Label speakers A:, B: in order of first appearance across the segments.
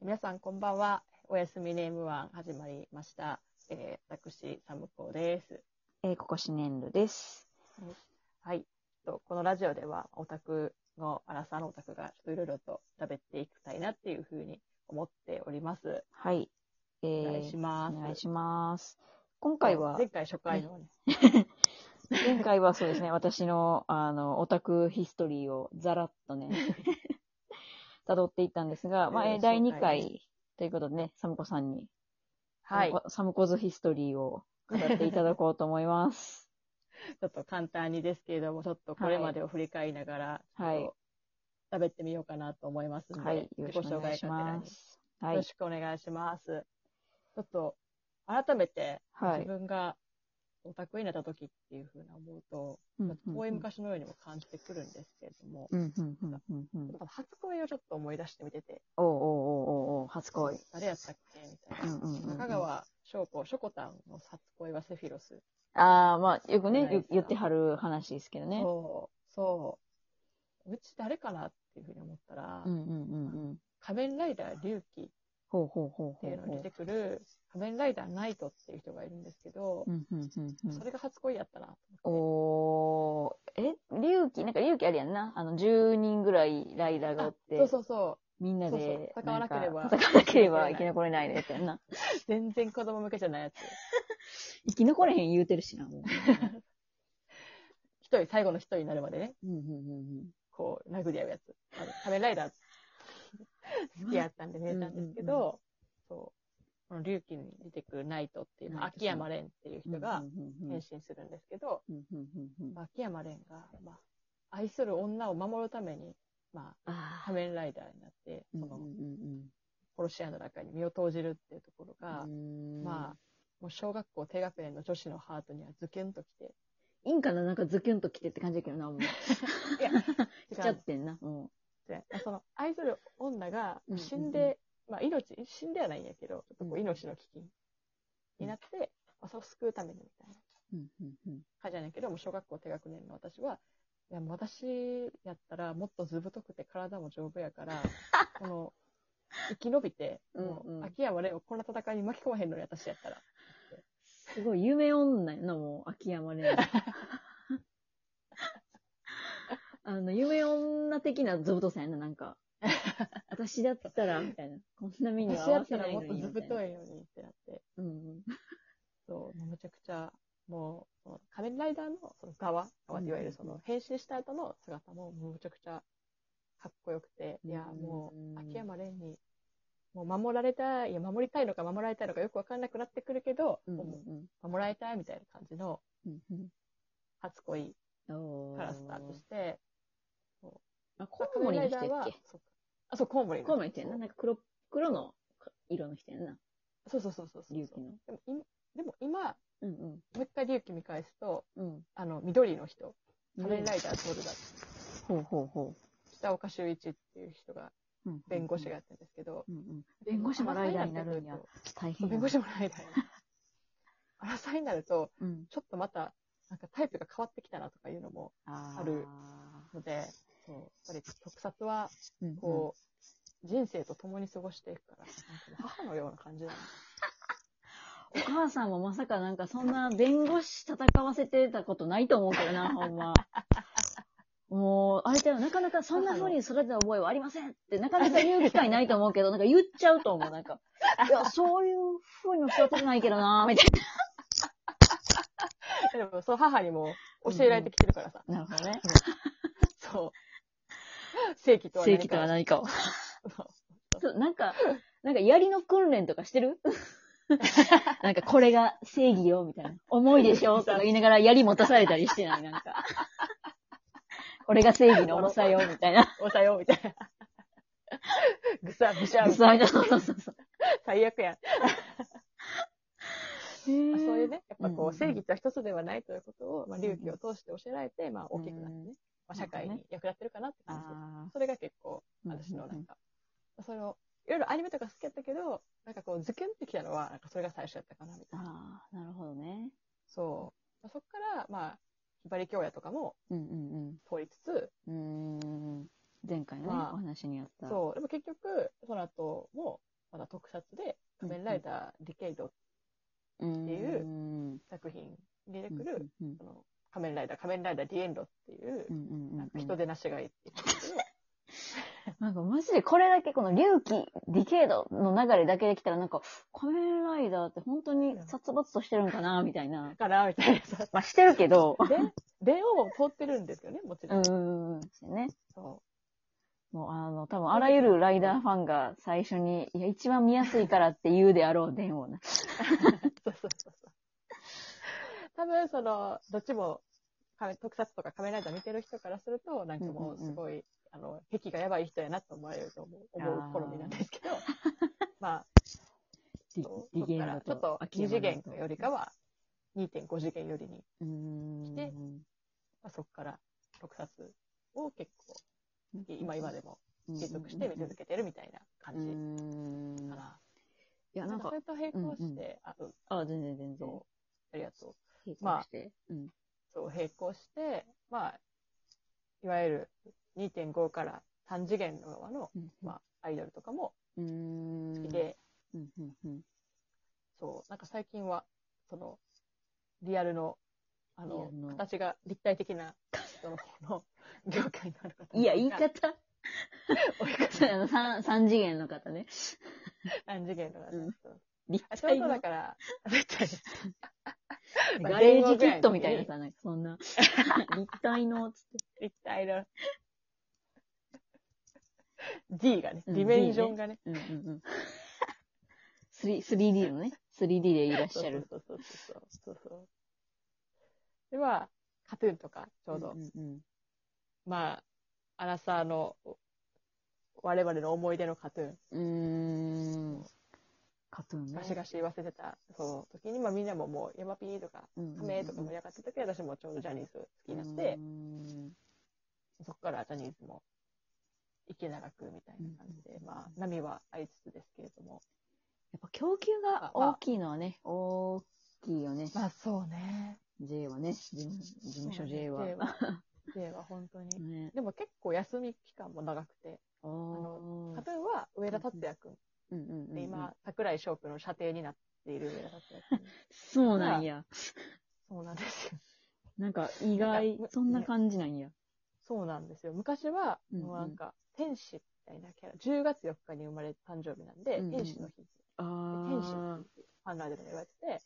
A: 皆さん、こんばんは。おやすみネームワン始まりました。えー、私、サムコです。
B: えー、ここシネンルです。
A: はい。とこのラジオでは、オタクの、アラサーのオタクが、いろいろと喋っていきたいなっていうふうに思っております。
B: はい。え
A: お
B: ー、
A: 願いします。
B: お願いします。今回は
A: 前、回初回のね、
B: 前回はそうですね、私の、あの、オタクヒストリーをざらっと ね、辿っていったんですが、まあ、え
A: えー
B: ー第
A: 紹介ね
B: 2回ということでね、サムコさんに、
A: はい。
B: サムコサムコズヒストリーを語っていただこうと思 います。
A: ちょっと簡単にですけれども、ちょっとこれまでを振り返りながら、
B: はい
A: ちょっと喋ってみようかなと思いますので、
B: はい。よろ
A: 自
B: し
A: 己
B: く
A: 紹
B: お願い
A: 介
B: し
A: がてら
B: ま
A: に、
B: す。は
A: よろ
B: い。
A: しくお願いします。ちょっと、改めて、
B: は
A: 自
B: い。
A: 分がオタクになった時っていうふうな思うと、
B: うん
A: まあ遠い昔のようにも感じてくるんですけれども、
B: うんうんうんうんうん
A: やっぱ初恋をちょっと思い出してみてて、
B: おうおうおうおうおう初恋。
A: 誰やったっけみたい
B: うんうんうんうん
A: な。中川翔子、ショコタンの初恋はセフィロス。
B: ああ、まあ、よく
A: じゃ
B: ね
A: ないです
B: 言
A: か、
B: 言ってはる話ですけどね。
A: そう、そう。うち誰かなっていうふうに思ったら、
B: うんうんうんうん。
A: 仮面ライダー龍騎っ
B: ほうほうほう
A: て
B: ほ
A: いううのに
B: ほ
A: 出てくる、仮面ライダーナイトっていう人がいるんですけど
B: う。う、んうんうんうん
A: それが初恋やったなと思って。
B: おー、え、龍騎、なんか龍騎あれやんな。あの、10人ぐらいライダーがお
A: あ
B: って、
A: そうそうそ
B: みんな
A: そうそう
B: で、
A: 戦わなければ
B: んか戦わなければ生き残れないやつやんな。
A: う。全然子供向けじゃないやつ。
B: 生き残れへん言うてるしな、も
A: 一人、最後の一人になるまでね、
B: う。うんうんうんうん
A: こう、殴り合うやつ。あの仮面ライ ダー好きやったんで見れたんですけど、
B: うんうん
A: そう。この龍騎に出てくるナイトっていう、まあ
B: ナイトさん
A: 秋山蓮っていう人が
B: うんうんう
A: 変
B: ん
A: 身するんですけど、
B: うんうんうんうん
A: まあ秋山蓮が、まあ、愛する女を守るために、まあ、
B: あー
A: 仮面ライダーになって、そ
B: うんうん
A: の、
B: うん
A: 殺し屋の中に身を投じるっていうところが、
B: うん
A: まあ、もう小学校低学年の女子のハートにはズケンときて、
B: いいんかななんかズキュンと来てって感じやけどな、もう。
A: いや、
B: 来ちゃってんな、も
A: ってその愛する女が
B: うん
A: 死ん
B: うんう
A: で、まあ命、死んではないんやけど、ちょっとこう
B: うん
A: 命の危機になって、まあ、それを救うためにみたいな
B: う。うんうんうん
A: 感じなんやけど、もう小学校低学年の私は、いや、もう私やったらもっと図太くて体も丈夫やから、 この、生き延びて、
B: うん
A: も
B: うん
A: う秋山レをこんな戦いに巻き込まへんのに私やったら。
B: すごい、夢女やな、もう、秋山ね。あの、夢女的なゾウトさんやな、なんか。私だったら、みたいな。こんな目には
A: 私
B: 合
A: や
B: わ
A: っ
B: せ
A: た
B: な
A: ら
B: い
A: も
B: の
A: っと
B: に。
A: 図
B: みたいな
A: 太いのにってなって、
B: うんうん。
A: そう、もうめちゃくちゃ、もう、その仮面ライダーのその側、側っていわゆるそ
B: うんうん
A: の変身した後の姿も、もうめちゃくちゃかっこよくて、いや、
B: うん
A: もう、秋山蓮に、もう守られたい、いや、守りたいのか守られたいのかよくわかんなくなってくるけど、
B: うんう
A: も
B: ん
A: う守られたいみたいな感じの
B: うんうん
A: 初恋
B: うん。おー
A: からスタートして、
B: あ、コウモリの人や
A: まあ仮面ライダー
B: っ
A: は
B: け
A: そうかあ、そう、コウモリの
B: コウモリの人やんな。なんか黒、黒の色の人やんな。
A: そうそうそうそうそう。
B: 龍騎の。
A: でも、いでも今、も
B: うんうん。
A: う一回龍騎見返すと、
B: うん。
A: あの、緑の人、仮面ライダーソルダー、
B: ほうほうほ
A: 北岡修一っていう人が
B: う。うん
A: 弁護士が。やってるんですけど、
B: うんうん。弁護士もライダーになるんや。
A: そ
B: 大
A: う
B: 変やな。
A: 弁護士もライダーになる。アラサーになると、
B: うん。
A: ちょっとまた、なんかタイプが変わってきたなとかいうのも、
B: あー
A: ある。ので、そう、やっぱり特撮は、
B: うんうん
A: こう、人生と共に過ごしていくから、なんかもう母のような感じなの。
B: お母さんもまさかなんかそんな弁護士戦わせてたことないと思うけど な、ほんま。もう、あれだよ、なかなかそんな風に育てた覚えはありませんって、なかなか言う機会ないと思うけど、なんか言っちゃうと思う、なんか。いや、そういう風にも育ててないけどな、みたい
A: でも、その母にも教えられてきてるからさ、
B: な。なるほどね。
A: そう。正規とは
B: 正
A: 何
B: 規
A: か
B: とは何かを。
A: そう
B: そうなんか、なんか槍の訓練とかしてる なんかこれが正義よ、みたいな。重いでしょとか言いながら槍持たされたりしてない、なんか。これが正義の重さよ、みた いな。
A: おさようみたいな。 ぐさぐしゃ
B: そう
A: みたいな。
B: そうそうそうそう。
A: 最悪やん。
B: そう
A: まあそう
B: い
A: いう。ね、やっぱ
B: うん
A: こ
B: うん
A: う、
B: うん
A: 正義とは一つではないということを、まあ、
B: うんう
A: 隆
B: ん
A: 起を通して教えられて、まあ、大きくなってね、まあ、社会
B: な
A: に
B: るほ
A: 役立ってるかなって感じです。
B: あ
A: それが結構、
B: あ
A: 私のなんか、その、いろいろアニメとか好きだったけど、なんかこう、受験ってきたのは、なんかそれが最初だったかな、みたいな。
B: ああ、なるほどね。
A: そう。まあそっから、まあ、ひばり教也とかも
B: うんうん
A: 通りつつ、
B: うん。うーん。前回のね
A: まあ
B: お話にあった。
A: そう、でも結局、その後も、まだ特撮で、仮面ライダーディケイド
B: うん。
A: っていう
B: うん。
A: 作品に出てくる、
B: うん。
A: その仮面ライダー、仮面ライダーディエンドっていう
B: う、んうんうん
A: なんか人出なしがいいっていう感じで
B: なんかマジでこれだけこの隆起、ディケードの流れだけできたらなんか仮面ライダーって本当に殺伐としてるんかなみたいな
A: だ。から、みたいなさ。
B: まあしてるけど。
A: で、電話も通ってるんですよね、もち
B: う
A: ろん。
B: んうんうん。ですよね。
A: そ
B: もうあの、多分あらゆるライダーファンが最初に、いや一番見やすいからって言うであろう電をな。
A: う。そうそうそうそう。多分、その、どっちも、仮特撮とか仮面ライダー見てる人からすると、なんかもう、すごい、あの、癖がやばい人やなと思われると思う、思う好みなんです けど、まあ、
B: ディ
A: そ
B: デ
A: う
B: ィ
A: そ
B: ケ
A: こか
B: ー
A: ら
B: ド
A: ちょっと2次元よりか、は、2.5次元よりに、
B: うーん。
A: でまあ、そこから特撮を結構、今今でも継続して見続けてるみたいな感
B: う
A: じ
B: ん。
A: かな。
B: いや、
A: な
B: なんん
A: か
B: か
A: そ、れと並行して、
B: うんう
A: あ、うん、
B: あ、全然全然。
A: そう、ありがとう。
B: 並行
A: まあ
B: してうん。
A: そう、並行して、まあ、いわゆる2.5から3次元の側の、
B: うん
A: まあ、アイドルとかも
B: うーん。
A: 好きで、
B: うんうんうん。
A: そう、なんか最近は、その、リアルの、あ
B: リア
A: の
B: ル、の
A: 形が立体的な人の方の業界のある方
B: いや、言 い
A: が
B: 方。
A: 多いか
B: あの、三、三次元の方ね。
A: ら、3次元の方
B: うん
A: そう
B: 立
A: あちょう
B: 体
A: ど
B: の。
A: だ から、立体まあ
B: ガレージキットみたいなさ、なんかそんな。立体 の、つって。
A: 立体の、D がね、
B: うん
A: ディメンションがね、
B: うんうんうん。3、3D のね。3D でいらっし
A: そう
B: ゃる。
A: そうそうそうそうそうそう。では、カトゥーンとか、ちょうど、
B: んうん
A: まあ、アラサーの、我々の思い出のカトゥーン、
B: うん。うーん。カトゥーンね。
A: ガシガシ言わせてた、その時に、まあみんなももう、ヤマピーとか、
B: うんうんうん
A: カメとか盛り上がってた時は、私もちょうどジャニーズ好きになっ
B: う
A: て
B: ー、ん
A: そこからジャニーズも、池長くみたいな感じで、まあ、波はありつつですけれども。
B: やっぱ供給が大きいのはね、大きいよね。
A: まあ、そうね。
B: J はね、事務事務所 J は。
A: J は、J は本 当に。
B: ね。
A: でも結構休み期間も長くて、
B: あ
A: の
B: の
A: カトゥーンは上田達也君
B: うんうんうん。
A: で、今、桜井翔くんの射程になっている上田達 也君。
B: そうなんや。
A: そうなんですよ。
B: なんか意外
A: なんか、
B: そんな感じなんや。
A: そうなんですよ。昔は、
B: うんうん
A: もうなんか、天使みたいなキャラ、10月4日に生まれた誕生日なんで、
B: うんうん
A: 天使の日、
B: あ
A: 天使
B: ー
A: の日ってファンライドでも言われてて、も、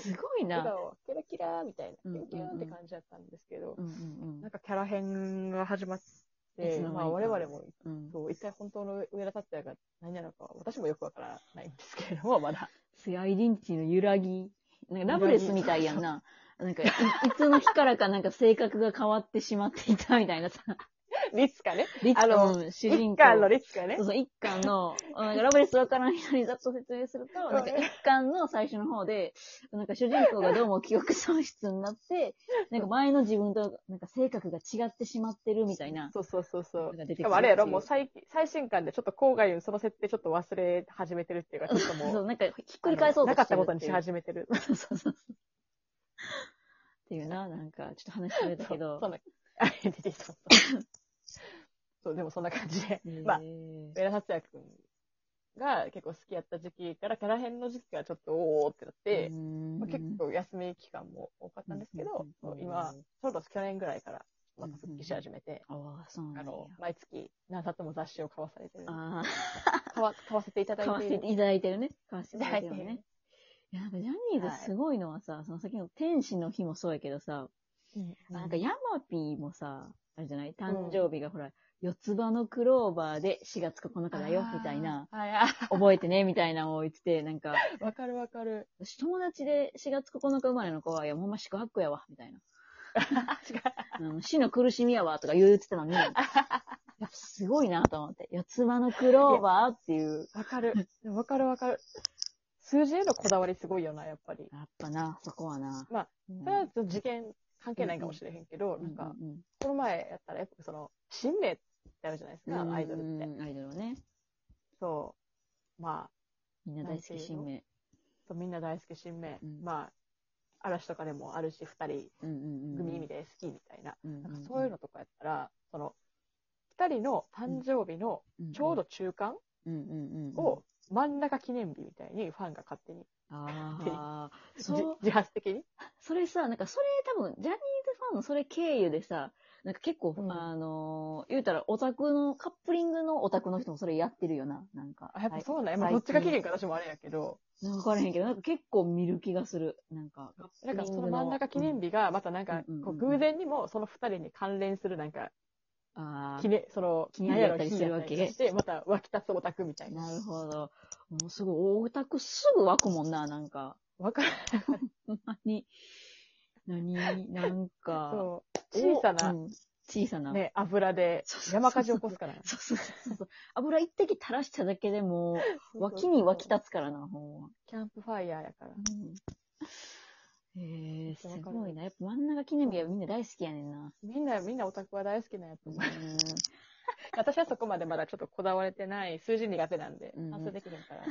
B: すごいう
A: 笑
B: な。
A: 顔、キラキラーみたいな、
B: う
A: キ
B: んうん
A: ュ
B: うん
A: ンキュンって感じだったんですけど、
B: うんうん
A: なんかキャラ編が始まっ
B: い
A: て、
B: つの間にか
A: まあ我々も、
B: うん。うん。
A: そう、一体本当の上田達也が何なのかは、私もよくわからないんですけれども、ま だ。
B: そういうアイデンティティの揺らぎ。なんかラブレスみたいやんな。なんかい、いつの日からかなんか性格が変わってしまっていたみたいなさ。
A: 律かね。
B: リ
A: あの
B: うん主人
A: 一
B: 公。
A: 巻の律かね
B: そう。そう、一巻の、うんなんかラブレスわからん人にざっと説明すると、なんか一巻の最初の方で、なんか主人公がどうも記憶喪失 になって、なんか前の自分となんか性格が違ってしまってるみたいな。
A: そうそうそうそう。
B: 出てくる
A: しかもあれやろ、もう最最新刊でちょっと郊外のその設定ちょっと忘れ始めてるっていうか、ちょっと
B: そ
A: もう、
B: う、なんかひっくり返そう
A: な
B: と
A: か
B: し
A: ってた
B: る
A: こ
B: って
A: と
B: いう
A: にし始めてる。
B: そうそうそうそう。っていうな、なんか、ちょっと話しれたけ
A: そ
B: ど。
A: うそんな、アイデンティティそうそうそう、でもそんな感じで、
B: へー
A: まあ、上田達也くんが結構好きやった時期から、キャラ編の時期がちょっとおーってなって、まあ、結構休み期間も多かったんですけど、
B: うんうんうんうん
A: 今、ちょうど去年ぐらいからまた復帰し始めて、
B: うんああ、そうなんや
A: あの、毎月何冊も雑誌を買わされてる。
B: あ
A: 買わ買わせていた
B: あ、
A: だい
B: 買わ
A: てい
B: せ
A: る。
B: ていただいてるね。買わせていただいて
A: いただいて
B: る
A: る
B: ね。いや、なんかジャニーズすごいのはさ、その先の天使の日もそうやけどさ、なんかヤマピーもさ、あれじゃない誕生日がほら、四つ葉のクローバーで4月9日だよ、みたいな。。
A: あーはいあ
B: 覚えてね、みたいなのを言ってて、なんか、
A: ー。わかるわかる。
B: 私友達で4月9日生まれの子は、いや、ほんま宿泊やわ、みたいな。
A: 違う。
B: あの死の苦しみやわとか言ってた のに、やっぱすごいなと思って。四つ葉のクローバーっていう。
A: わかる。でもわかるわかる。数字へのこだわりすごいよな、やっぱり。
B: やっぱな、そこはな。
A: まあ、
B: うん、
A: それはちょっと事件関係ないかもしれへんけど、
B: うん
A: なんか、
B: うん
A: この前やったら、やっぱその、新名ってあるじゃないです
B: うん
A: か、アイドルって。
B: うんアイドルはね。
A: そう。まあ、
B: みんな大好き新名。
A: そうみんな大好き新名。
B: うん
A: まあ、嵐とかでもあるし、二人
B: うんうんうん。
A: 組みで好きみたいな。
B: うんうん
A: な
B: うんん、
A: かそういうのとかやったら、その、二人の誕生日の
B: うんうん
A: ちょうど中間
B: うんうんうん
A: を真ん中記念日みたいにファンが勝手に、
B: ああ、
A: じ
B: そう、
A: 自発的に。
B: それさ、なんかそれ多分、ジャニーズファンのそれ経由でさ、なんか結構、
A: うん
B: あのー、言うたらオタクの、カップリングのオタクの人もそれやってるよな、なんか。
A: あ、やっぱそうなんや。
B: 最
A: まあ、
B: 近
A: どっちが起源か私もあれやけど、
B: なんかわからへんけど、なんか結構見る気がする。なんか、
A: なんかその真ん中記念
B: 日、
A: 日が、またなんか
B: うんうんうん、
A: こう偶然にもその二人に関連するなんか、
B: あ
A: 記念、その、
B: 記念日やったり
A: 何
B: する
A: や
B: わ
A: ろ
B: け
A: 日やったりして、また湧き立つオタクみた
B: あ、
A: いな。
B: なるほど。もうすごい、オタクすぐ湧くもんな、なんか。
A: わかる。
B: ほんまに。何なんか。
A: そう。
B: そう
A: 小さな
B: うん小さな。
A: ね、油で山火事起こすからな。
B: そうそうそうそう。油一滴垂らしただけでもう、脇に湧き立つからな、ほんま。
A: キャンプファイヤーやから。
B: うん、えー、す
A: わかる
B: ごいな。やっぱ真ん中記念日はみんな大好きやねんな。
A: みんな、みんなオタクは大好きなやつ
B: う
A: も
B: ん。
A: 私はそこまでまだちょっとこだわれてない、数字苦手なんで
B: うん、
A: 反省できるから。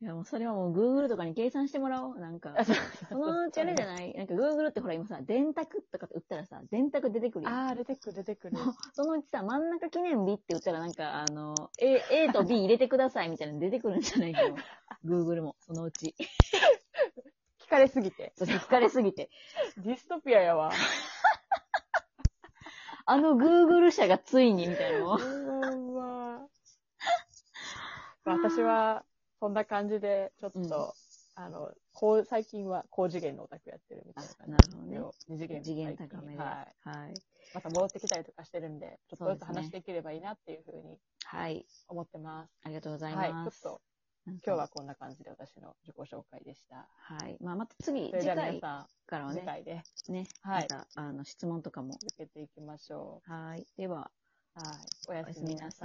B: いや、もうそれはもう Google とかに計算してもらおう。なんか
A: あ、そう
B: そのうちあれじゃ
A: い
B: ないなんか Google ってほら今さ、電卓とかって打ったらさ、電卓出てくるやん
A: あー、出てくる、出てくる。
B: そのうちさ、真ん中記念日って言ったらなんか、あの、A, A と B 入れてくださいみたいなの出てくるんじゃないか な。Google も、そのうち。
A: 聞かれすぎて。
B: それ疲れすぎて。
A: ディストピアやわ。
B: あの Google 社がついに、みたい なのを。
A: うわうわ。私は、そんな感じで、ちょっと、
B: うん
A: あの、こう、最近は高次元のオタクやってるみたいな感じ
B: あなるほどね
A: よ二次元
B: 次元高めで。
A: は
B: はい。
A: い。また戻ってきたりとかしてるんで、ちょっとずつ話していければいいなっていうふうに
B: はい。
A: 思ってます。
B: ありがとうござい
A: はい。ちょ
B: ま
A: っ
B: す。
A: と、
B: なんか
A: 今日は。こんな感じで私の自己紹介でした。
B: はい。まあ、また次、
A: それ
B: 次
A: では
B: 回
A: 皆
B: か
A: さ
B: ら
A: ん、
B: は
A: 次
B: ね、
A: 回で
B: ね、
A: は
B: ま
A: い
B: た、あの、質問とかも。
A: 続けていきましょ
B: はい。では、
A: う。はい。おや
B: おや
A: す
B: す
A: み
B: み
A: なさい
B: なさい。